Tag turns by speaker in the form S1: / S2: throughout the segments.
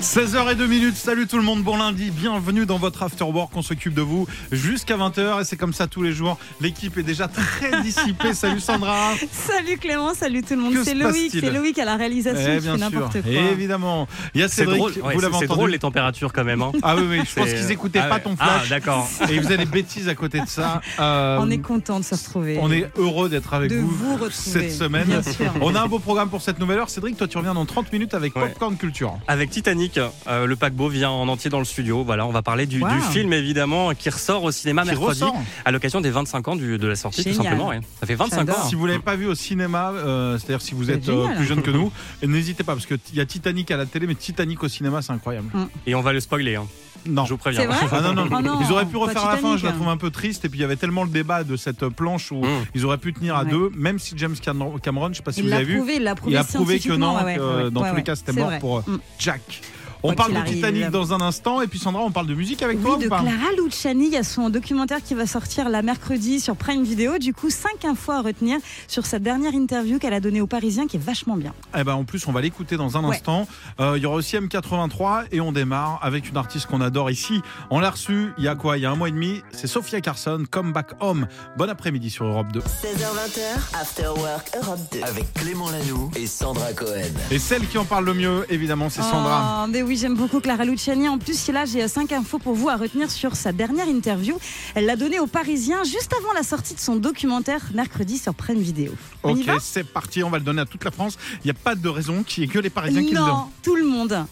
S1: 16h02 minutes, salut tout le monde, bon lundi, bienvenue dans votre After Work, on s'occupe de vous jusqu'à 20h et c'est comme ça tous les jours. L'équipe est déjà très dissipée, salut Sandra
S2: Salut Clément, salut tout le monde.
S1: Que
S2: C'est
S1: se
S2: Loïc,
S1: passe-t-il
S2: c'est Loïc à la réalisation,
S1: Eh
S2: qui fait n'importe quoi.
S1: évidemment. Il y a
S3: C'est
S1: Cédric,
S3: drôle, ouais,
S1: vous
S3: c'est-
S1: l'avez
S3: c'est
S1: entendu
S3: drôle les températures quand même. hein.
S1: Ah oui, oui, je pense
S3: C'est-
S1: qu'ils écoutaient
S3: Ah
S1: pas
S3: ouais.
S1: ton
S3: Ah
S1: flash
S3: d'accord.
S1: et ils faisaient des bêtises à côté de ça. Euh,
S2: On est content de se retrouver.
S1: on est heureux d'être avec
S2: de
S1: vous,
S2: vous, retrouver
S1: cette semaine.
S2: Bien sûr.
S1: On a un beau programme pour cette nouvelle heure. Cédric, toi tu reviens dans 30 minutes avec
S3: Ouais.
S1: Popcorn Culture.
S3: Avec Titanic, euh, le paquebot vient en entier dans le studio. Voilà, on va parler du,
S2: Wow.
S3: du film évidemment qui ressort au cinéma
S1: Qui
S3: Ah, mercredi
S1: ressort.
S3: à l'occasion des 25 ans du- de la sortie tout
S2: Génial.
S3: simplement. ouais. Ça fait 25
S2: J'adore.
S3: ans. hein.
S1: Si vous l'avez pas vu au cinéma, euh, c'est-à-dire si vous
S2: Ah. C'est
S1: êtes euh,
S2: génial. hein.
S1: plus jeune que nous, n'hésitez pas parce que t- il y a Titanic à la télé, mais Titanic au cinéma, c'est incroyable.
S3: Et on va le spoiler. hein.
S1: Non.
S3: Je vous préviens.
S2: C'est vrai
S1: Ah non, non,
S2: Oh non,
S1: ils auraient pu
S2: pas
S1: refaire la fin,
S2: Titanic,
S1: je la
S2: hein.
S1: trouve un peu triste. Et puis il y avait tellement le débat de cette planche où
S3: Mm.
S1: ils auraient pu tenir à
S2: Ouais.
S1: deux, même si James Cam- Cameron, je sais pas si
S2: il
S1: vous
S2: l'a
S1: l'avez vu,
S2: prouvé, il l'a prouvé
S1: il a prouvé que non,
S2: scientifiquement, ouais,
S1: que, euh,
S2: ouais, ouais,
S1: dans
S2: ouais,
S1: tous
S2: ouais.
S1: les cas, c'était
S2: C'est
S1: mort
S2: vrai.
S1: pour euh,
S2: Mm.
S1: Jack. On
S2: Quoi
S1: parle
S2: qu'il
S1: de
S2: arrive.
S1: Titanic dans un instant. Et puis Sandra, on parle de musique avec toi
S2: Oui,
S1: ou
S2: de
S1: pas
S2: Clara Luciani, il y a son documentaire qui va sortir la mercredi sur Prime Video. Du coup, 5 infos à retenir sur sa dernière interview qu'elle a donnée aux Parisiens, qui est vachement bien.
S1: Eh ben, en plus, on va l'écouter dans un
S2: Ouais.
S1: instant. Euh, Il y aura aussi M83 et on démarre avec une artiste qu'on adore ici. On l'a reçue il y a quoi Il y a un mois et demi. C'est Sophia Carson, Come Back Home. Bon après-midi sur Europe 2.
S4: 16h, 20h, After Work Europe 2.
S5: Avec Clément Lanoux et Sandra Cohen.
S1: Et celle qui en parle le mieux, évidemment, c'est Sandra.
S2: Oh, mais oui, j'aime beaucoup Clara Luciani. En plus, là, j'ai euh, cinq infos pour vous à retenir sur sa dernière interview. Elle l'a donnée aux Parisiens juste avant la sortie de son documentaire mercredi sur Prime Vidéo. On y
S1: Ok,
S2: va
S1: c'est parti, on va le donner à toute la France. Il n'y a pas de raison qu'il n'y ait que les Parisiens qui le donnent.
S2: Non, tout le monde.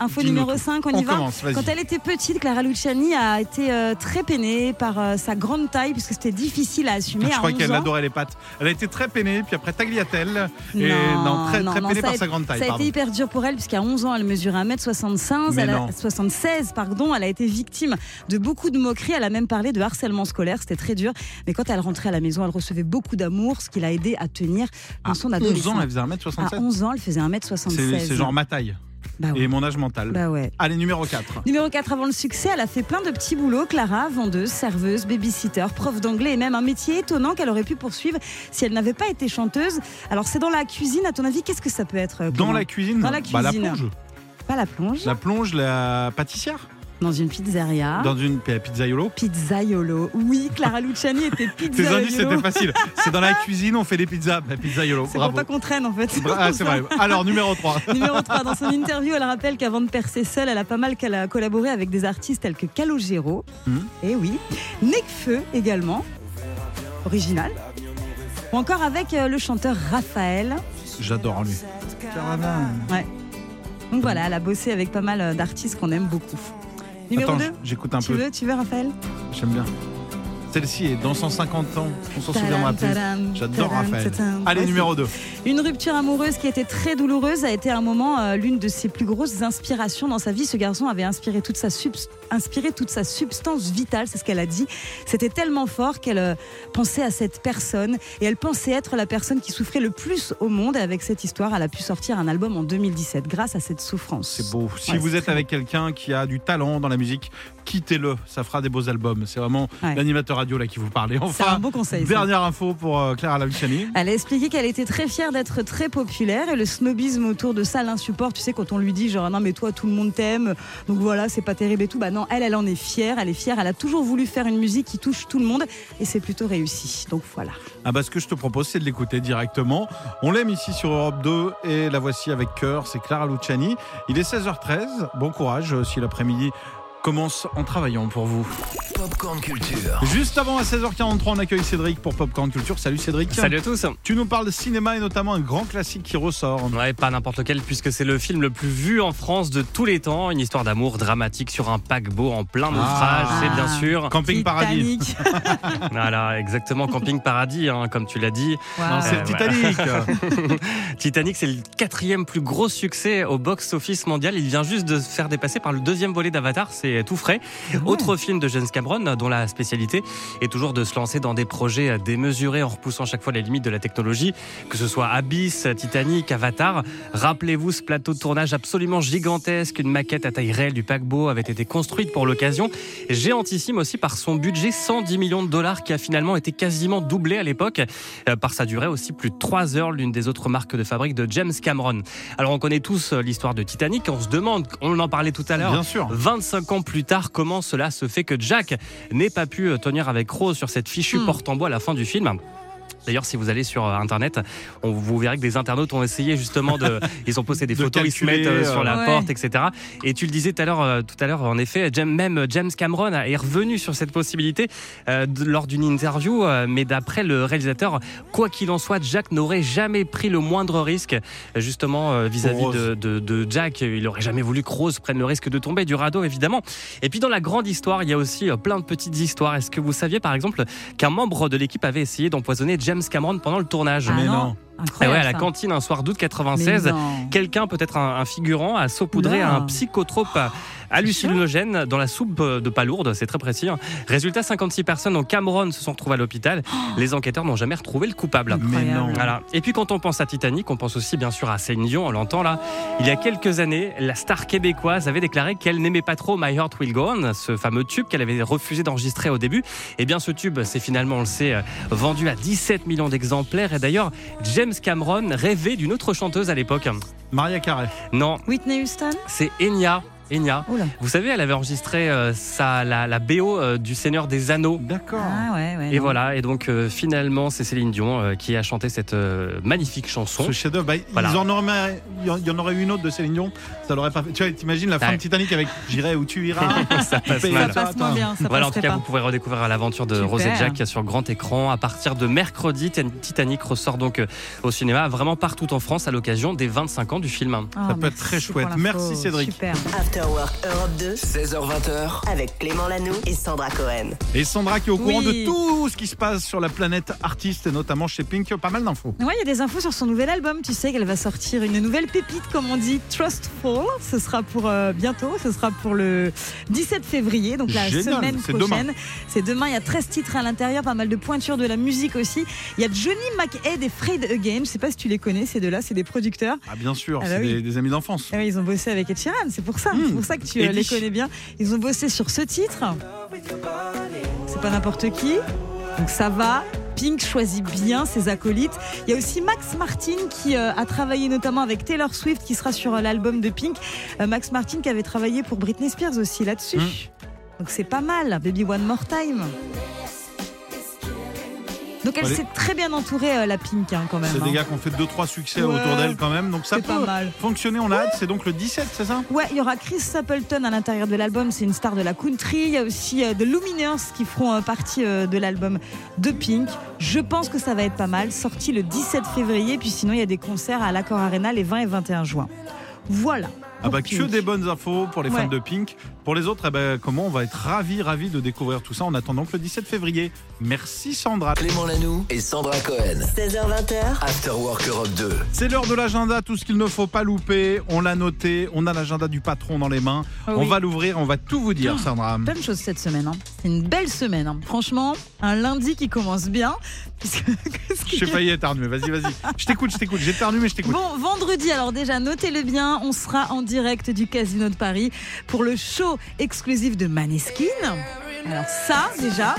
S2: Info
S1: Dis-nous
S2: numéro
S1: tout.
S2: 5, on,
S1: On
S2: y va.
S1: commence, vas-y.
S2: Quand elle était petite, Clara Luciani a été euh, très peinée par euh, sa grande taille, puisque c'était difficile à assumer.
S1: Ah, Je
S2: à
S1: crois
S2: 11
S1: qu'elle
S2: ans.
S1: adorait les pâtes. Elle a été très peinée, puis après Tagliatelle. Et non, très, très
S2: non,
S1: peinée
S2: ça
S1: par
S2: a-
S1: sa grande taille.
S2: Ça a
S1: pardon.
S2: été hyper dur pour elle, puisqu'à 11 ans, elle mesurait 1m75,
S1: Mais
S2: elle
S1: non.
S2: a 76, pardon. Elle a été victime de beaucoup de moqueries. Elle a même parlé de harcèlement scolaire. C'était très dur. Mais quand elle rentrait à la maison, elle recevait beaucoup d'amour, ce qui l'a aidée à tenir dans
S1: À
S2: son
S1: 11
S2: adolescence.
S1: ans, elle faisait
S2: à
S1: 1m67.
S2: 11 ans, elle faisait 1m76.
S1: C'est c'est genre ma taille
S2: Bah ouais.
S1: et mon âge mental.
S2: Bah ouais.
S1: Allez, numéro 4.
S2: Numéro 4, avant le succès, elle a fait plein de petits boulots. Clara, vendeuse, serveuse, babysitter, prof d'anglais et même un métier étonnant qu'elle aurait pu poursuivre si elle n'avait pas été chanteuse. Alors, c'est dans la cuisine, à ton avis, qu'est-ce que ça peut être euh,
S1: Dans
S2: Clément
S1: la cuisine
S2: Dans la
S1: Bah, la
S2: cuisine.
S1: plonge.
S2: Pas la plonge.
S1: La plonge, la pâtissière
S2: Dans une pizzeria.
S1: Dans une pi- pizzaiolo
S2: Pizzaiolo. Oui, Clara Luciani était
S1: Tes indices, c'était
S2: pizzaiolo.
S1: facile. C'est dans la cuisine, on fait des pizzas. Bah, pizzaiolo,
S2: C'est pour
S1: bravo.
S2: pas qu'on traîne en fait.
S1: Bra- ah, c'est vrai. Alors, numéro 3.
S2: Numéro 3, dans son interview, elle rappelle qu'avant de percer seule, elle a pas mal qu'elle a collaboré avec des artistes tels que Calogero,
S1: Mhm.
S2: et oui, Necfeu également, original, ou encore avec euh, le chanteur Raphaël.
S1: J'adore lui. Caravane.
S2: Ouais. Donc voilà, elle a bossé avec pas mal euh, d'artistes qu'on aime beaucoup. Numéro
S1: Attends,
S2: 2,
S1: j'écoute un
S2: tu
S1: peu.
S2: veux, tu veux Raphaël
S1: J'aime bien. Celle-ci est dans 150 ans. On s'en souviendra plus.
S2: Tadam,
S1: J'adore
S2: tadam,
S1: Raphaël.
S2: tadam.
S1: Allez,
S2: Ouais,
S1: numéro 2.
S2: Une rupture amoureuse qui était très douloureuse a été à un moment euh, l'une de ses plus grosses inspirations dans sa vie. Ce garçon avait inspiré toute sa, subs- inspiré toute sa substance vitale, c'est ce qu'elle a dit. C'était tellement fort qu'elle euh, pensait à cette personne et elle pensait être la personne qui souffrait le plus au monde. Et avec cette histoire, elle a pu sortir un album en 2017 grâce à cette souffrance.
S1: C'est beau. Si
S2: Ouais,
S1: vous
S2: c'est
S1: êtes
S2: très
S1: avec quelqu'un qui a du talent dans la musique, quittez-le. Ça fera des beaux albums. C'est vraiment
S2: Ouais.
S1: l'animateur radio là qui vous parle. Et
S2: C'est un
S1: enfin,
S2: beau conseil. ça.
S1: dernière info pour euh, Clara Luciani.
S2: Elle a expliqué qu'elle était très fière d'être très populaire et le snobisme autour de ça l'insupporte. Tu sais, quand on lui dit genre non, mais toi, tout le monde t'aime, donc voilà, c'est pas terrible et tout. Bah non, elle, elle en est fière, elle est fière, elle a toujours voulu faire une musique qui touche tout le monde et c'est plutôt réussi. Donc voilà.
S1: Ah bah ce que je te propose, c'est de l'écouter directement. On l'aime ici sur Europe 2 et la voici avec cœur. C'est Clara Luciani. Il est 16h13. Bon courage euh, si l'après-midi commence en travaillant pour vous.
S5: Popcorn Culture.
S1: Juste avant à 16h43, on accueille Cédric pour Popcorn Culture. Salut Cédric.
S3: Salut à tous.
S1: Tu nous parles de cinéma et notamment un grand classique qui ressort.
S3: Ouais, pas n'importe lequel, puisque c'est le film le plus vu en France de tous les temps. Une histoire d'amour dramatique sur un paquebot en plein naufrage,
S1: Ah.
S3: c'est bien sûr.
S1: Camping Paradis.
S2: Titanic.
S3: Voilà, exactement, Camping Paradis, hein, comme tu l'as dit.
S1: Non,
S2: Waouh.
S1: c'est
S3: Euh,
S1: Titanic.
S3: Titanic, c'est le quatrième plus gros succès au box-office mondial. Il vient juste de se faire dépasser par le deuxième volet d'Avatar. C'est c'est tout frais. Autre film de James Cameron euh, dont la spécialité est toujours de se lancer dans des projets démesurés en repoussant chaque fois les limites de la technologie, que ce soit Abyss, Titanic, Avatar. Rappelez-vous ce plateau de tournage absolument gigantesque, une maquette à taille réelle du paquebot avait été construite pour l'occasion, géantissime aussi par son budget 110 millions de dollars qui a finalement été quasiment doublé à l'époque, euh, par sa durée aussi plus de 3 heures, l'une des autres marques de fabrique de James Cameron. Alors on connaît tous euh, l'histoire de Titanic, on se demande, on en parlait tout à l'heure,
S1: Bien sûr.
S3: 25 ans plus tard, comment cela se fait que Jack n'ait pas pu euh, tenir avec Rose sur cette fichue
S2: Hmm.
S3: porte en bois à la fin du film D'ailleurs, si vous allez sur euh, Internet, on, vous verrez que des internautes ont essayé justement de... Ils ont posté des
S1: De
S3: photos, ils se
S1: calculer,
S3: mettent euh,
S1: euh,
S3: sur la
S2: Ouais.
S3: porte, etc. Et tu le disais tout à l'heure, euh, tout à l'heure, en effet, Jam- même James Cameron est revenu sur cette possibilité euh, de- lors d'une interview. euh, mais d'après le réalisateur, quoi qu'il en soit, Jack n'aurait jamais pris le moindre risque, euh, justement euh, vis-à-vis
S1: Pour Rose.
S3: de, de- de Jack. Il aurait jamais voulu que Rose prenne le risque de tomber du radeau, évidemment. Et puis dans la grande histoire, il y a aussi euh, plein de petites histoires. Est-ce que vous saviez, par exemple, qu'un membre de l'équipe avait essayé d'empoisonner James Cameron pendant le tournage
S2: Ah
S1: Mais
S2: non,
S1: non.
S3: Eh ouais,
S2: Incroyable.
S3: à la
S2: ça.
S3: cantine un soir d'août
S2: Mais
S3: 96.
S2: non.
S3: Quelqu'un, peut-être un, un figurant, a saupoudré
S2: Oula.
S3: un psychotrope hallucinogène dans la soupe euh, de palourde, c'est très précis. hein. Résultat, 56 personnes au Cameroun se sont retrouvées à l'hôpital. Les enquêteurs n'ont jamais retrouvé le coupable.
S1: Mais
S2: Incroyable.
S1: non.
S3: Voilà. Et puis quand on pense à Titanic, on pense aussi bien sûr à Céline Dion, on l'entend là. Il y a quelques années, la star québécoise avait déclaré qu'elle n'aimait pas trop My Heart Will Go On, ce fameux tube qu'elle avait refusé d'enregistrer au début. Et bien ce tube, c'est finalement, on le sait, euh, vendu à 17 millions d'exemplaires. Et d'ailleurs, James Cameron rêvait d'une autre chanteuse à l'époque.
S1: Maria Carré.
S3: Non,
S2: Whitney Houston
S3: c'est Enya. Enya.
S2: Oula.
S3: Vous savez, elle avait enregistré euh, sa, la, la BO euh, du Seigneur des Anneaux.
S1: D'accord.
S2: Ah ouais, ouais.
S3: Et
S2: non.
S3: voilà, et donc euh, finalement, c'est Céline Dion euh, qui a chanté cette euh, magnifique chanson.
S1: Ce chef-d'œuvre, bah,
S3: Voilà.
S1: ils en auraient- il y en- il y en aurait eu une autre de Céline Dion, ça l'aurait pas fait. Tu vois, t'imagines la fin
S3: Ouais.
S1: de Titanic avec J'irai où tu iras.
S3: Ça passe
S1: Paye-
S3: mal.
S2: Ça passe moins bien, ça
S3: Voilà, en tout
S2: passerait
S3: cas,
S2: pas.
S3: vous pouvez redécouvrir l'aventure de
S2: Super.
S3: Rose et Jack sur grand écran à partir de mercredi. Ti- Titanic ressort donc euh, au cinéma, vraiment partout en France, à l'occasion des 25 ans du film.
S2: Ah,
S1: Ça peut être
S2: merci
S1: très
S2: pour
S1: chouette.
S2: l'info.
S1: Merci, Cédric.
S2: Super.
S4: After Work Europe 2
S5: 16h, 20h.
S4: avec Clément Lanoux et Sandra Cohen.
S1: Et Sandra qui est au courant
S2: Oui.
S1: de tout ce qui se passe sur la planète artiste, et notamment chez Pink, pas mal d'infos.
S2: Ouais, il y a des infos sur son nouvel album. Tu sais qu'elle va sortir une nouvelle pépite, comme on dit, Trustful. Ce sera pour euh, bientôt. Ce sera pour le 17 février, donc la
S1: Génial,
S2: semaine
S1: c'est
S2: prochaine. C'est demain. Il y a 13 titres à l'intérieur, pas mal de pointures de la musique aussi. Il y a Johnny McHead et Fred Again. Je sais pas si tu les connais. Ces deux-là, c'est des producteurs.
S1: Ah bien sûr,
S2: Ah bah
S1: c'est
S2: oui.
S1: des, des amis d'enfance.
S2: Ah oui, ils ont bossé avec Ed Sheeran. C'est pour ça.
S1: Mmh.
S2: C'est pour ça que tu euh,
S1: Eddie.
S2: les connais bien. Ils ont bossé sur ce titre. C'est pas n'importe qui. Donc ça va. Pink choisit bien ses acolytes. Il y a aussi Max Martin qui euh, a travaillé notamment avec Taylor Swift qui sera sur euh, l'album de Pink. Euh, Max Martin qui avait travaillé pour Britney Spears aussi là-dessus.
S1: Hmm.
S2: Donc c'est pas mal. Baby One More Time. Donc elle
S1: Allez.
S2: s'est très bien entourée euh, la Pink hein, quand même.
S1: C'est
S2: hein.
S1: des gars qui ont fait 2-3 succès
S2: Ouais.
S1: autour d'elle quand même, donc ça
S2: C'est pas
S1: peut
S2: mal.
S1: fonctionner, on a hâte. C'est donc le 17, c'est ça
S2: Ouais, il y aura Chris Stapleton à l'intérieur de l'album, c'est une star de la country. Il y a aussi euh, The Luminers qui feront euh, partie euh, de l'album de Pink. Je pense que ça va être pas mal, sorti le 17 février, puis sinon il y a des concerts à l'Accord Arena les 20 et 21 juin. Voilà.
S1: Ah bah
S2: Pink.
S1: que des bonnes infos pour les
S2: Ouais.
S1: fans de Pink. Pour les autres, eh ben, comment on va être ravis, ravis de découvrir tout ça en attendant que le 17 février. Merci Sandra.
S5: Clément Lanoux et Sandra Cohen.
S4: 16h20h,
S5: After Work Europe 2.
S1: C'est l'heure de l'agenda, tout ce qu'il ne faut pas louper. On l'a noté, on a l'agenda du patron dans les mains.
S2: Ah
S1: On
S2: oui.
S1: va l'ouvrir, on va tout vous dire, Sandra.
S2: Plein de choses cette semaine. hein. C'est une belle semaine. hein. Franchement, un lundi qui commence bien. puisque- qu'est-ce qu'il y
S1: J'ai
S2: a
S1: failli éternuer, vas-y, vas-y. Je t'écoute, je t'écoute, j'éternue, mais je t'écoute.
S2: Bon, vendredi, alors déjà, notez-le bien, on sera en direct du Casino de Paris pour le show exclusif de Maneskin. Alors ça, déjà,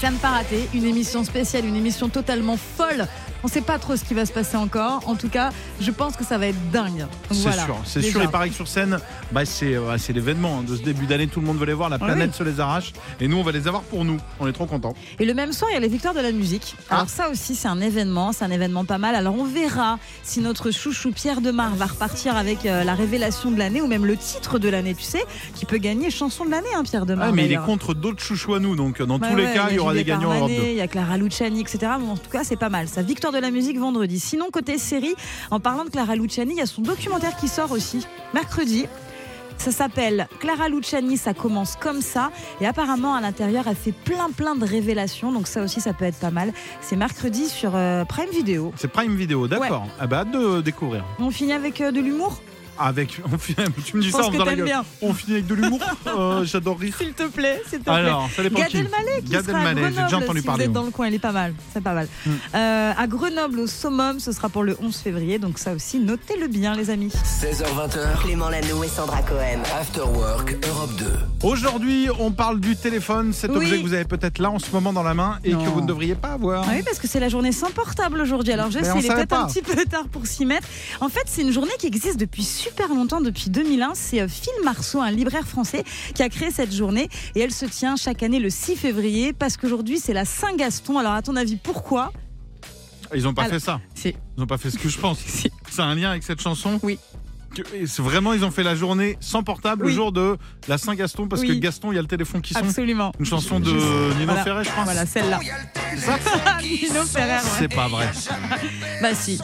S2: ça ne pas rater. Une émission spéciale, une émission totalement folle. On ne sait pas trop ce qui va se passer encore. En tout cas, je pense que ça va être dingue. Donc
S1: C'est
S2: voilà,
S1: sûr, c'est
S2: déjà.
S1: sûr. Et pareil que sur scène, bah, c'est euh, c'est l'événement hein, de ce début d'année. Tout le monde veut les voir, la
S2: Ah
S1: planète se les arrache. Et nous, on va les avoir pour nous. On est trop contents.
S2: Et le même soir, il y a les victoires de la musique.
S1: Ah.
S2: Alors ça aussi, c'est un événement, c'est un événement pas mal. Alors on verra si notre chouchou Pierre Demar va repartir avec euh, la révélation de l'année ou même le titre de l'année, tu sais, qui peut gagner chanson de l'année, hein, Pierre Demar.
S1: Ah, mais il est
S2: d'ailleurs.
S1: contre d'autres chouchous à nous. Donc, dans
S2: Bah
S1: tous les
S2: ouais,
S1: cas, il y aura des
S2: Juliette
S1: gagnants en Europe
S2: Armanet,
S1: 2.
S2: Il y a Clara Luciani, etc. Bon, en tout cas, c'est pas mal. Sa victoire de la musique vendredi. Sinon, côté série, en parlant de Clara Luciani, il y a son documentaire qui sort aussi mercredi. Ça s'appelle Clara Luciani, ça commence comme ça. Et apparemment, à l'intérieur, elle fait plein, plein de révélations. Donc, ça aussi, ça peut être pas mal. C'est mercredi sur euh, Prime Video.
S1: C'est Prime Vidéo, d'accord. Ah bah, hâte de découvrir.
S2: On finit avec euh, de l'humour
S1: avec. on finit- tu me dis
S2: Je
S1: ça
S2: pense
S1: en
S2: que
S1: faisant la
S2: t'aimes
S1: gueule.
S2: bien.
S1: On finit avec de l'humour. Euh, J'adore rire.
S2: S'il te plaît, s'il te plaît.
S1: Alors, ça dépend
S2: Gad
S1: qui.
S2: Elmaleh, qui
S1: Gad
S2: sera à
S1: Elmaleh, j'ai
S2: Grenoble,
S1: déjà entendu
S2: si
S1: parler,
S2: vous êtes
S1: oui.
S2: dans le coin, il est pas mal, c'est pas mal.
S1: Hmm.
S2: Euh, à Grenoble, au Summum, ce sera pour le 11 février, donc ça aussi, notez-le bien, les amis.
S5: 16h20h,
S4: Clément Lano et Sandra Cohen.
S5: After Work Europe 2.
S1: Aujourd'hui, on parle du téléphone, cet
S2: Oui.
S1: objet que vous avez peut-être là en ce moment dans la main et
S2: Non.
S1: que vous ne devriez pas avoir.
S2: Ah oui, parce que c'est la journée sans portable aujourd'hui. Alors je
S1: Mais
S2: sais,
S1: on
S2: il est
S1: savait
S2: peut-être un
S1: pas.
S2: petit peu tard pour s'y mettre. En fait, c'est une journée qui existe depuis super longtemps, depuis 2001. C'est euh, Phil Marceau, un libraire français, qui a créé cette journée. Et elle se tient chaque année le 6 février, parce qu'aujourd'hui, c'est la Saint-Gaston. Alors à ton avis, pourquoi
S1: Ah, Ils n'ont pas
S2: Alors,
S1: fait ça.
S2: si.
S1: Ils n'ont pas fait ce que je pense.
S2: Si.
S1: Ça a un lien avec cette chanson
S2: Oui.
S1: Que- et c'est Vraiment, ils ont fait la journée sans portable
S2: Oui.
S1: le jour de la Saint-Gaston parce
S2: Oui.
S1: que Gaston, il y a le téléphone qui sonne.
S2: Absolument.
S1: Une chanson de Nino
S2: Voilà.
S1: Ferrer, je crois.
S2: Voilà, celle-là. Nino Ferrer, ouais.
S1: C'est pas vrai.
S2: Bah si.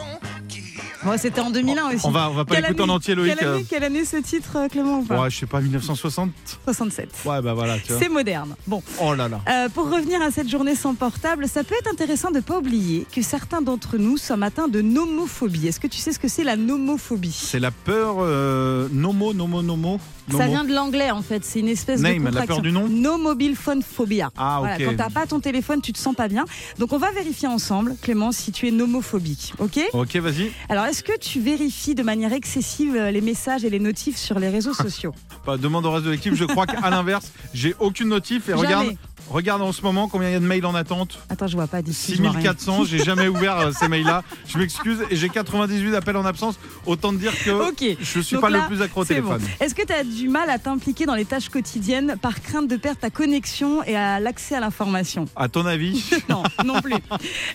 S2: Bon, C'était en 2001 aussi.
S1: On va, on va pas
S2: Quelle
S1: l'écouter en
S2: année-
S1: entier, Loïc.
S2: Quelle année, quelle année ce titre, euh, Clément ou pas
S1: Ouais, je sais pas, 1960.
S2: 67.
S1: Ouais, bah voilà, tu vois.
S2: C'est moderne. Bon.
S1: Oh là là.
S2: Euh, pour revenir à cette journée sans portable, ça peut être intéressant de ne pas oublier que certains d'entre nous sommes atteints de nomophobie. Est-ce que tu sais ce que c'est la nomophobie
S1: C'est la peur euh, nomo, nomo, nomo.
S2: Ça
S1: nomo.
S2: vient de l'anglais en fait, c'est une espèce
S1: Name,
S2: de
S1: la
S2: contraction.
S1: peur du nom
S2: No mobile phone phobia.
S1: Ah,
S2: Voilà,
S1: ok.
S2: quand t'as pas ton téléphone, tu te sens pas bien. Donc on va vérifier ensemble, Clément, si tu es nomophobique, ok
S1: Ok, vas-y.
S2: Alors est-ce que tu vérifies de manière excessive euh, les messages et les notifs sur les réseaux sociaux
S1: Bah, demande au reste de l'équipe. Je crois qu'à l'inverse, j'ai aucune notif. Et
S2: Jamais.
S1: regarde, regarde en ce moment combien il y a de mails en attente.
S2: Attends, je vois pas d'ici. je vois rien.
S1: 6400. J'ai jamais ouvert euh, ces mails-là. Je m'excuse. Et j'ai 98 appels en absence. Autant te dire que
S2: Ok.
S1: je suis
S2: Donc
S1: pas
S2: là,
S1: le plus accro au
S2: C'est
S1: téléphone.
S2: bon. Est-ce que tu as du mal à t'impliquer dans les tâches quotidiennes par crainte de perdre ta connexion et à l'accès à l'information
S1: À ton avis
S2: Non, non plus.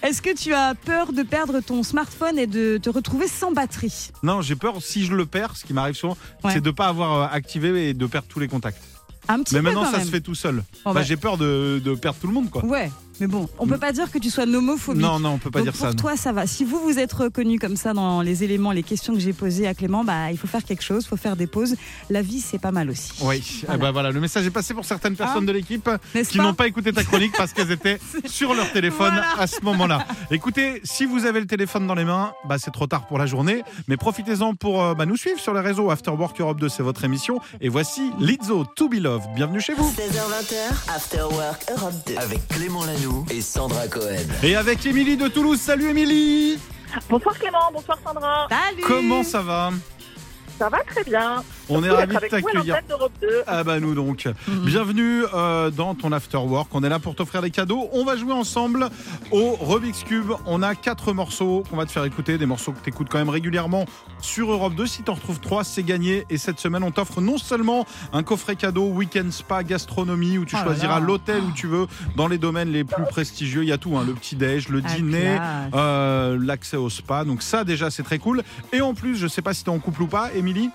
S2: Est-ce que tu as peur de perdre ton smartphone et de te retrouver sans batterie
S1: Non, j'ai peur si je le perds, ce qui m'arrive souvent,
S2: Ouais.
S1: c'est de pas avoir euh, activé et de perdre tous les contacts.
S2: Un petit
S1: Mais
S2: peu
S1: maintenant,
S2: quand
S1: ça
S2: même.
S1: se fait tout seul.
S2: Bon,
S1: Bah,
S2: bah,
S1: j'ai peur de, de perdre tout le monde, quoi.
S2: Ouais, mais bon, on peut pas dire que tu sois nomophobique.
S1: Non, non, on peut pas
S2: Donc
S1: dire
S2: pour
S1: ça. non.
S2: toi, ça va. Si vous vous êtes reconnu comme ça dans les éléments, les questions que j'ai posées à Clément, bah il faut faire quelque chose, il faut faire des pauses. La vie, c'est pas mal aussi.
S1: Oui,
S2: Voilà. Ah,
S1: Eh ben voilà, le message est passé pour certaines personnes de l'équipe
S2: N'est-ce
S1: qui
S2: pas
S1: n'ont pas écouté ta chronique parce qu'elles étaient sur leur téléphone
S2: Voilà.
S1: à ce moment-là. Écoutez, si vous avez le téléphone dans les mains, bah c'est trop tard pour la journée, mais profitez-en pour euh, bah, nous suivre sur les réseaux. After Work Europe 2, c'est votre émission. Et voici Lizzo, To Be Loved. Bienvenue chez vous.
S4: 16h20h, After Work Europe 2.
S5: Avec Clément Lanoux et Sandra Cohen.
S1: Et avec Émilie de Toulouse. Salut Émilie
S6: Bonsoir Clément, bonsoir Sandra.
S2: Salut
S1: Comment ça va
S6: Ça va très bien.
S1: On est
S6: Vous
S1: ravis de
S6: êtes avec moi à
S1: t'accueillir.
S6: l'antenne d'Europe 2.
S1: Ah bah nous donc.
S2: Mhm.
S1: Bienvenue euh, dans ton after work. On est là pour t'offrir des cadeaux. On va jouer ensemble au Rubik's Cube. On a quatre morceaux qu'on va te faire écouter, des morceaux que t'écoutes quand même régulièrement sur Europe 2. Si t'en retrouves trois, c'est gagné. Et cette semaine, on t'offre non seulement un coffret cadeau week-end spa gastronomie où tu
S2: Oh là
S1: choisiras
S2: là.
S1: l'hôtel où tu veux dans les domaines les plus prestigieux. Il y a tout, hein, le petit déj, le
S2: Ah,
S1: dîner.
S2: classe.
S1: euh, l'accès au spa, donc ça déjà c'est très cool. Et en plus, je sais pas si t'es en couple ou pas, Émilie.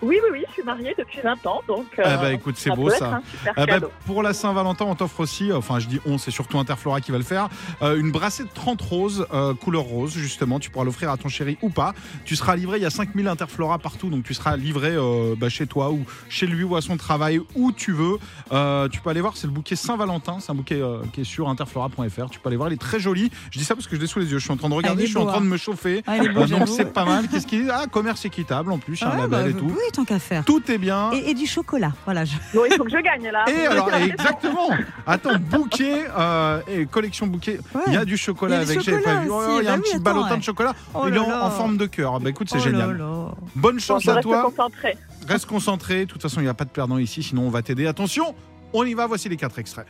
S6: Oui, oui, oui, je suis mariée depuis 20 ans, donc euh,
S1: Ah bah écoute, c'est
S6: ça
S1: beau
S6: peut
S1: ça.
S6: être un super
S1: Ah bah,
S6: cadeau.
S1: pour la Saint-Valentin, on t'offre aussi, euh, enfin je dis on, c'est surtout Interflora qui va le faire, euh, une brassée de 30 roses, euh, couleur rose justement, tu pourras l'offrir à ton chéri ou pas. Tu seras livré, il y a 5000 Interflora partout, donc tu seras livré euh, bah, chez toi ou chez lui ou à son travail, où tu veux. Euh, tu peux aller voir, c'est le bouquet Saint-Valentin, c'est un bouquet euh, qui est sur interflora.fr, tu peux aller voir, il est très joli. Je dis ça parce que je l'ai sous les yeux, je suis en train de regarder,
S2: il est
S1: je suis en
S2: beau,
S1: train
S2: hein.
S1: de me chauffer.
S2: Ah, il est beau,
S1: Euh, donc
S2: j'avoue.
S1: c'est pas mal, qu'est-ce qu'il dit Ah, commerce équitable en plus, il y a un
S2: Ah,
S1: label
S2: bah,
S1: et tout. Ah.
S2: Oui, tant qu'à faire.
S1: Tout est bien.
S2: Et, et du chocolat, voilà. je-
S6: Bon, il faut que je gagne
S2: Ah
S6: là.
S1: Et Eh, alors, et exactement. Attends, bouquet euh, et collection bouquet.
S2: Ouais.
S1: Il y a du chocolat
S2: Il y a du
S1: avec. j'avais
S2: chocolat
S1: pas vu. Oh,
S2: aussi,
S1: il y a
S2: bah
S1: un
S2: oui,
S1: petit
S2: attends,
S1: ballotin
S2: ouais.
S1: de chocolat.
S2: Oh
S1: il est
S2: là
S1: en,
S2: là.
S1: en forme de cœur. Bah écoute, c'est
S2: Oh là
S1: génial.
S2: là.
S1: Bonne
S6: Bon,
S1: chance
S6: je
S1: à
S6: reste
S1: toi.
S6: concentrée.
S1: Reste concentré. De toute façon, il n'y a pas de perdant ici, sinon on va t'aider. Attention, on y va. Voici les quatre extraits.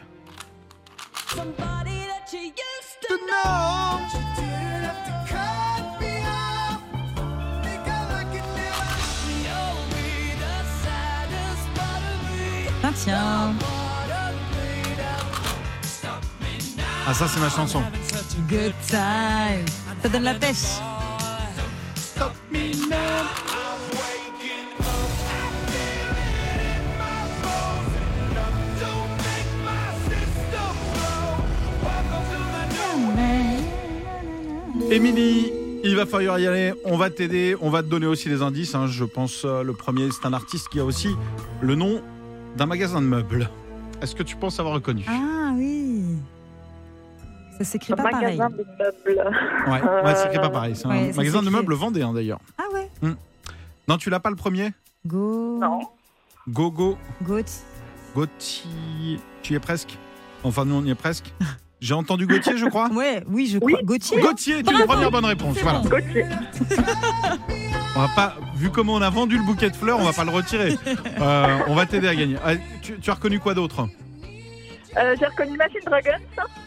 S2: Ah, tiens,
S1: Ah, ça, c'est ma chanson.
S2: good time. Ça donne la pêche.
S1: Émilie, il va falloir y aller. On va t'aider. On va te donner aussi des indices. hein. Je pense euh, le premier, c'est un artiste qui a aussi le nom d'un magasin de meubles. Est-ce que tu penses avoir reconnu
S2: Ah oui. Ça s'écrit
S6: Un
S2: pas pareil.
S6: magasin de meubles.
S1: Ouais, ouais, c'est écrit pas pareil. C'est un
S2: Ouais, ça
S1: magasin de
S2: s'écrit.
S1: meubles vendéen d'ailleurs.
S2: Ah ouais.
S1: Non, tu l'as pas le premier
S2: Go.
S6: Non.
S1: Gogo,
S2: Gauthier.
S1: Gauthier. Tu y es presque Enfin, nous, on y est presque. J'ai entendu Gauthier, je crois
S2: Ouais, oui, je
S6: Oui.
S2: crois. Gauthier.
S1: Gauthier, tu es la
S2: Bravo.
S1: première bonne réponse.
S2: C'est
S1: Voilà.
S2: bon.
S6: Gauthier.
S1: On va pas, vu comment on a vendu le bouquet de fleurs, on va pas le retirer. Euh, on va t'aider à gagner. Ah, tu, tu as reconnu quoi d'autre
S6: Euh, J'ai reconnu Machine Dragon.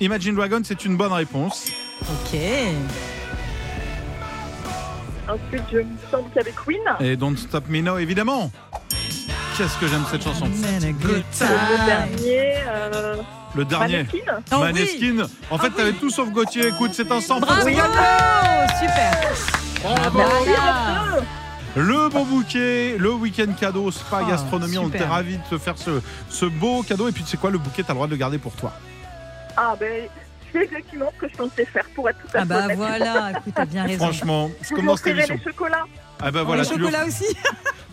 S1: Imagine Dragon, c'est une bonne réponse.
S2: Ok.
S6: Ensuite, je me sens qu'il y avait Queen.
S1: Et Don't Stop Me Now, évidemment. Qu'est-ce que j'aime cette chanson
S2: Man, a good
S6: Le
S2: time.
S6: dernier, euh,
S1: Le dernier.
S6: Maneskin.
S2: Oh oui.
S1: Maneskin. En fait,
S2: oui.
S1: t'avais tout sauf Gauthier. Écoute, c'est un sans faute.
S2: Ah, Bravo
S1: C'est gagné.
S2: Super Voilà.
S1: Le beau bouquet, le week-end cadeau, spa,
S2: Ah,
S1: gastronomie. On était
S2: super.
S1: ravis de te faire ce, ce beau cadeau. Et puis, tu sais quoi, le bouquet, t'as le droit de le garder pour toi.
S6: Ah, ben, c'est exactement ce que je pensais faire pour être tout à
S2: Ah
S6: fait
S2: bah
S6: honnête.
S2: voilà, écoute, t'as bien raison.
S1: Franchement, c'est
S6: Vous
S1: comme
S6: lui
S1: dans cette
S6: offrirez
S1: émission.
S6: les chocolats.
S1: Ah bah
S2: Oh,
S1: voilà,
S2: les
S1: tu lui offres-
S2: chocolats aussi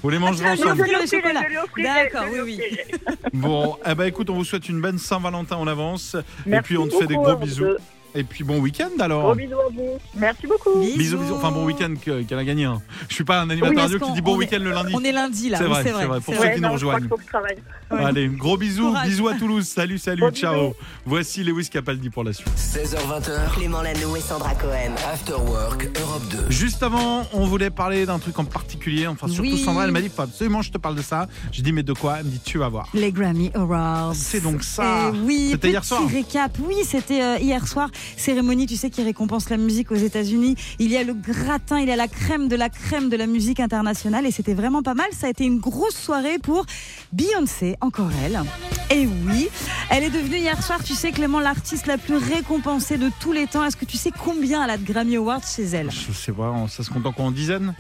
S1: vous les mangez
S6: Je lui
S2: non,
S1: ensemble.
S2: offrirai les
S6: offrirai,
S2: chocolats.
S6: je lui offrirai,
S2: D'accord,
S6: je lui
S2: oui, oui.
S6: offrirai.
S1: Bon, eh ben écoute, on vous souhaite une bonne Saint-Valentin en avance.
S6: Merci
S1: puis, on te fait des
S6: beaucoup,
S1: gros
S6: Europe
S1: bisous.
S6: 2.
S1: Et puis bon week-end alors.
S2: Oh,
S6: Gros bisous à vous. Merci beaucoup.
S1: Bisous, bisous. Enfin bon week-end que- qu'elle a gagné. hein. Je suis pas un animateur
S2: Oui, parce
S1: radio qui
S2: qu'on-
S1: dit bon
S2: on est-
S1: week-end le lundi.
S2: On est lundi là,
S1: C'est
S2: oui,
S1: vrai,
S2: c'est
S1: c'est
S2: vrai.
S1: vrai. Pour
S2: c'est
S1: ceux
S2: vrai.
S1: qui nous
S6: je crois
S1: rejoignent.
S6: qu'il faut que je travaille.
S2: ouais.
S1: Allez, gros bisous,
S2: Courage.
S1: bisous à Toulouse. Salut, salut,
S6: Gros
S1: ciao. Voici Lewis Capaldi pour la suite.
S5: 16h20h,
S4: Clément Lano et Sandra Cohen.
S5: After Work Europe 2.
S1: Juste avant, on voulait parler d'un truc en particulier. Enfin, surtout
S2: Oui.
S1: Sandra, elle m'a dit faut absolument je te parle de ça. J'ai dit mais de quoi Elle me dit tu vas voir.
S2: Les Grammy Awards.
S1: C'est donc ça.
S2: Eh oui,
S1: C'était hier
S2: petit
S1: soir.
S2: récap. Oui, c'était euh, hier soir. Cérémonie, tu sais, qui récompense la musique aux États-Unis. Il y a le gratin, il y a la crème de la crème de la musique internationale. Et c'était vraiment pas mal. Ça a été une grosse soirée pour Beyoncé, encore elle. Et oui, elle est devenue hier soir, tu sais, Clément, l'artiste la plus récompensée de tous les temps. Est-ce que tu sais combien elle a de Grammy Awards chez elle
S1: Je sais pas, on- ça se compte en quoi en dizaines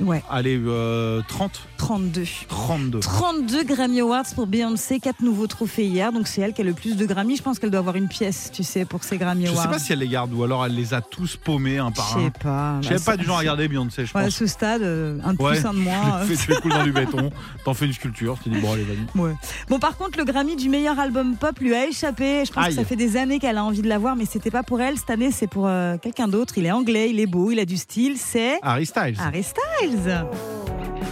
S2: Ouais,
S1: Allez, euh, 30,
S2: 32.
S1: 32.
S2: 32 Grammy Awards pour Beyoncé, 4 nouveaux trophées hier. Donc c'est elle qui a le plus de Grammy. Je pense qu'elle doit avoir une pièce, tu sais, pour ces Grammy
S1: Je
S2: Awards.
S1: sais pas si elle les garde ou alors elle les a tous paumés un par
S2: Je
S1: un.
S2: sais pas.
S1: hein. Je
S2: Bah,
S1: sais pas
S2: c'est-
S1: du genre à regarder Beyoncé, je
S2: Ouais, à
S1: pense.
S2: ce stade, euh, un de
S1: Ouais.
S2: plus, un de moins. euh.
S1: Tu fais- tu fais couler dans du béton, t'en fais une sculpture, tu dis bon allez vas-y.
S2: Ouais. Bon, par contre, le Grammy du meilleur album pop lui a échappé. Je pense
S1: Aïe.
S2: que ça fait des années qu'elle a envie de l'avoir, mais c'était pas pour elle. Cette année, c'est pour euh, quelqu'un d'autre. Il est anglais, il est beau, il a du style. C'est
S1: Harry Styles,
S2: Harry Styles.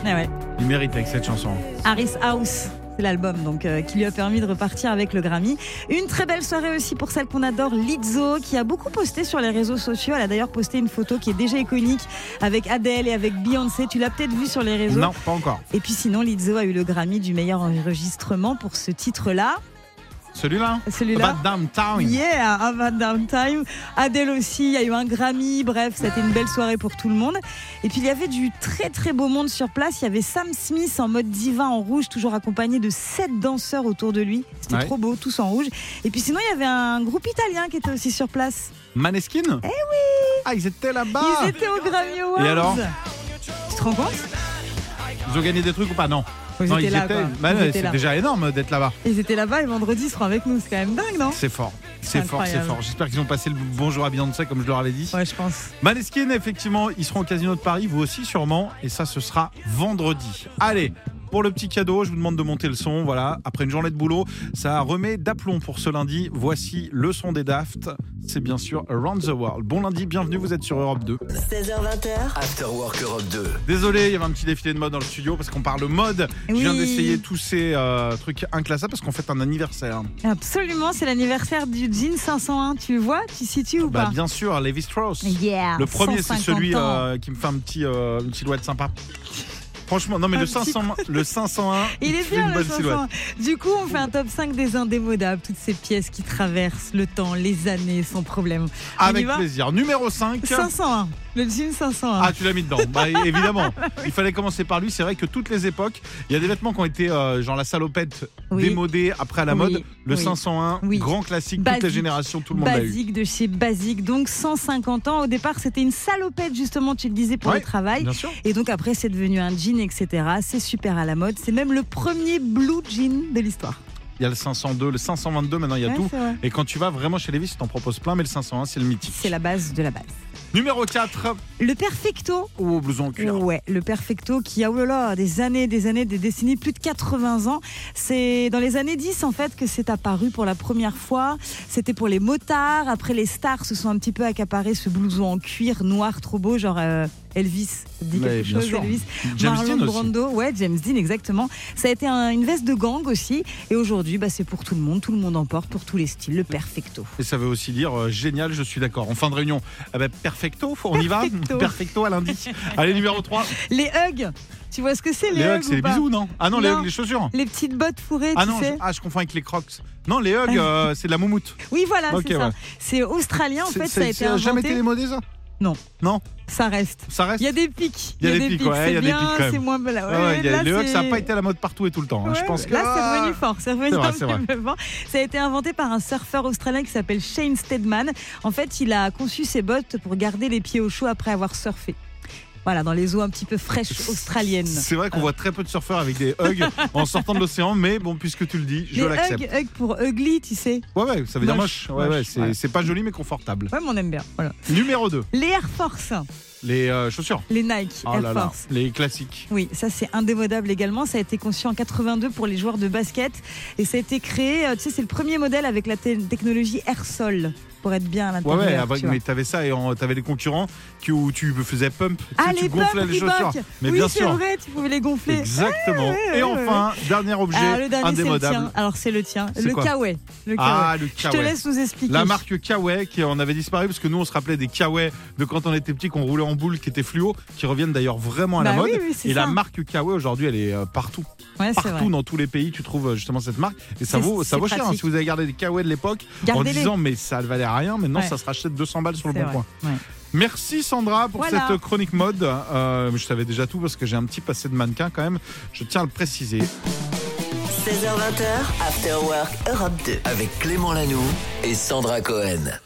S2: Ah ouais.
S1: il mérite avec cette chanson.
S2: Harris House. C'est l'album donc euh, qui lui a permis de repartir avec le Grammy. Une très belle soirée aussi pour celle qu'on adore, Lizzo, qui a beaucoup posté sur les réseaux sociaux. Elle a d'ailleurs posté une photo qui est déjà iconique avec Adele et avec Beyoncé. Tu l'as peut-être vu sur les réseaux.
S1: Non, pas encore.
S2: Et puis sinon, Lizzo a eu le Grammy du meilleur enregistrement pour ce titre-là.
S1: Celui-là
S2: Celui-là.
S1: About Downtown.
S2: Yeah, Avant Downtime. Adele aussi, il y a eu un Grammy. Bref, c'était une belle soirée pour tout le monde. Et puis il y avait du très très beau monde sur place. Il y avait Sam Smith en mode divin en rouge, toujours accompagné de sept danseurs autour de lui. C'était
S1: Ouais.
S2: trop beau, tous en rouge. Et puis sinon, il y avait un groupe italien qui était aussi sur place.
S1: Maneskin Eh oui Ah, ils étaient
S2: Ils
S1: là-bas
S2: étaient au Grammy Awards.
S1: Et alors
S2: Tu te rends compte
S1: Ils ont gagné des trucs ou pas Non.
S2: Ils
S1: non,
S2: étaient
S1: ils
S2: là,
S1: étaient.
S2: quoi.
S1: Bah,
S2: Ils
S1: ouais,
S2: étaient
S1: c'est
S2: là. Hein
S1: déjà énorme euh, d'être là-bas.
S2: Ils étaient là-bas et vendredi, ils seront avec nous. C'est quand même dingue, non
S1: C'est fort. C'est
S2: C'est
S1: fort, c'est
S2: incroyable.
S1: fort. J'espère qu'ils ont passé le bonjour à Beyoncé comme je leur avais dit.
S2: Ouais, je pense.
S1: Maneskin, effectivement, ils seront au Casino de Paris, vous aussi sûrement, et ça, ce sera vendredi. Allez, pour le petit cadeau, je vous demande de monter le son, voilà, après une journée de boulot, ça remet d'aplomb pour ce lundi. Voici le son des Daft, c'est bien sûr Around the World. Bon lundi, bienvenue, vous êtes sur Europe 2.
S4: 16h20h,
S5: After Work Europe 2.
S1: Désolé, il y avait un petit défilé de mode dans le studio parce qu'on parle mode. Je viens
S2: Oui.
S1: d'essayer tous ces euh, trucs inclassables parce qu'on fête un anniversaire.
S2: Absolument, c'est l'anniversaire du jean 501. Tu le vois Tu situes ou
S1: Bah,
S2: pas
S1: bien sûr, Levi Strauss.
S2: Yeah,
S1: Le premier, c'est
S2: 150
S1: celui
S2: ans.
S1: euh, qui me fait un petit, euh, une silhouette sympa. Franchement, non, mais
S2: Un
S1: le,
S2: petit
S1: 500, le 501,
S2: Il est
S1: fait
S2: bien
S1: une
S2: le
S1: bonne silhouette.
S2: 501. Du coup, on fait un top 5 des indémodables, toutes ces pièces qui traversent le temps, les années, sans problème. On y
S1: Avec
S2: va
S1: plaisir. Numéro 5.
S2: 501, le jean 501.
S1: Ah, tu l'as mis dedans. Bah, évidemment. Il fallait commencer par lui. C'est vrai que toutes les époques, il y a des vêtements qui ont été, euh, genre la salopette,
S2: Oui.
S1: démodée, après à la
S2: Oui.
S1: mode. Le
S2: Oui.
S1: 501,
S2: Oui.
S1: grand classique, toutes les
S2: Basique.
S1: générations, tout le monde l'a eu.
S2: Basique de chez Basique, donc 150 ans. Au départ, c'était une salopette, justement, tu le disais, pour
S1: Ouais,
S2: le travail.
S1: Bien sûr.
S2: Et donc après, c'est devenu un jean, etc. C'est super à la mode. C'est même le premier blue jean de l'histoire.
S1: Il y a le 502, le 522, maintenant il y a
S2: Ouais,
S1: tout.
S2: c'est vrai.
S1: Et quand tu vas vraiment chez Levis, ils t'en proposent plein, mais le 501, c'est le mythique.
S2: C'est la base de la base.
S1: Numéro 4,
S2: Le perfecto,
S1: au blouson en cuir.
S2: Ouais, le Perfecto qui a oh là là, des années, des années, des décennies, plus de 80 ans. C'est dans les années 10 en fait que c'est apparu pour la première fois. C'était pour les motards. Après, les stars se sont un petit peu accaparés ce blouson en cuir noir trop beau, genre euh, Elvis dit
S1: Mais
S2: quelque
S1: bien
S2: chose,
S1: sûr.
S2: Elvis.
S1: James
S2: Marlon
S1: Dean aussi.
S2: Brando, ouais, James Dean, exactement. Ça a été un- une veste de gang aussi. Et aujourd'hui, bah, c'est pour tout le monde. Tout le monde en porte, pour tous les styles, le perfecto.
S1: Et ça veut aussi dire euh, génial, je suis d'accord. En fin de réunion, eh ben, perfecto, faut- on y va
S2: Perfecto.
S1: Perfecto à lundi. Allez, numéro 3.
S2: Les hugs, tu vois ce que c'est, les,
S1: Les hugs,
S2: hugs
S1: c'est
S2: ou
S1: les
S2: pas
S1: bisous, non Ah non, les
S2: Non.
S1: hugs, les chaussures.
S2: Les petites bottes fourrées,
S1: Ah
S2: tu
S1: non, je,
S2: sais.
S1: ah, je confonds avec les crocs. Non, les hugs, euh, c'est de la moumoute.
S2: Oui, voilà,
S1: Ok,
S2: c'est ça.
S1: ouais.
S2: C'est australien, en
S1: C'est-
S2: fait,
S1: c'est-
S2: ça a été
S1: ça a
S2: inventé.
S1: jamais été démodé, ça
S2: Non.
S1: Non,
S2: Ça reste.
S1: ça reste
S2: Il y a des pics.
S1: Il y a des pics, ouais, il y a
S2: c'est
S1: des pics,
S2: bien,
S1: quand même.
S2: c'est moins. voilà,
S1: Ah ouais,
S2: ouais,
S1: il y a-
S2: là,
S1: les hugs, ça n'a
S2: c'est-
S1: pas été à la mode partout et tout le temps. hein. je
S2: Ouais,
S1: pense que
S2: Là, c'est revenu fort. C'est revenu
S1: C'est vrai,
S2: un
S1: c'est
S2: petit peu fort. Ça a été inventé par un surfeur australien qui s'appelle Shane Steadman. En fait, il a conçu ses bottes pour garder les pieds au chaud après avoir surfé. Voilà, dans les eaux un petit peu fraîches australiennes.
S1: Ah. C'est vrai qu'on voit très peu de surfeurs avec des hugs en sortant de l'océan, mais bon, puisque tu le dis, je
S2: les
S1: l'accepte.
S2: hugs, hugs pour ugly, tu sais.
S1: Ouais, ouais, ça veut dire moche.
S2: Moche,
S1: Ouais, ouais,
S2: moche,
S1: c'est
S2: ouais.
S1: c'est pas joli, mais confortable.
S2: Ouais, mais on aime bien. Voilà.
S1: Numéro 2,
S2: Les Air Force,
S1: les euh, chaussures.
S2: les Nike
S1: Oh
S2: Air
S1: là là,
S2: Force.
S1: les classiques.
S2: Oui, ça c'est indémodable également. Ça a été conçu en 82 pour les joueurs de basket et ça a été créé. euh, Tu sais, c'est le premier modèle avec la te- technologie air sol pour être bien à
S1: Ouais,
S2: l'intérieur.
S1: ouais,
S2: tu
S1: avec,
S2: vois.
S1: mais t'avais ça et en- t'avais les concurrents qui, où tu faisais pump, tu-
S2: Ah,
S1: tu,
S2: les
S1: gonflais
S2: pumps
S1: les chaussures.
S2: Reebok.
S1: Mais
S2: oui,
S1: bien
S2: c'est
S1: sûr.
S2: vrai, Eh, tu pouvais les gonfler.
S1: Exactement.
S2: ouais,
S1: et
S2: ouais,
S1: enfin, dernier objet
S2: Ah, le dernier, c'est le
S1: indémodable.
S2: tien. Alors, c'est le tien.
S1: C'est
S2: Le
S1: quoi
S2: Kawaii. Le
S1: ah,
S2: Kawaii.
S1: le
S2: Je te
S1: kawaii.
S2: laisse nous expliquer.
S1: La marque Kawaii qui en avait disparu parce que nous on se rappelait des Kawaii de quand on était petit qu'on roulait en boule qui étaient fluo qui reviennent d'ailleurs vraiment à la
S2: Bah
S1: mode.
S2: oui, oui, c'est
S1: et la
S2: ça.
S1: marque Kawaii aujourd'hui elle est euh, partout,
S2: Ouais, c'est vrai.
S1: partout dans tous les pays tu trouves euh, justement cette marque et ça
S2: C'est-
S1: vaut ça
S2: c'est
S1: vaut cher. hein.
S2: pratique.
S1: Si vous avez gardé des Kawaii de l'époque en
S2: Gardez-les.
S1: disant mais ça ne valait rien, maintenant
S2: Ouais.
S1: ça se rachète 200 balles sur le
S2: C'est
S1: bon
S2: vrai.
S1: coin.
S2: Ouais.
S1: Merci Sandra pour
S2: Voilà.
S1: cette chronique mode. Euh, je savais déjà tout parce que j'ai un petit passé de mannequin quand même. Je tiens à le préciser.
S4: 16h20, After Work Europe 2.
S5: Avec Clément Lanoux et Sandra Cohen.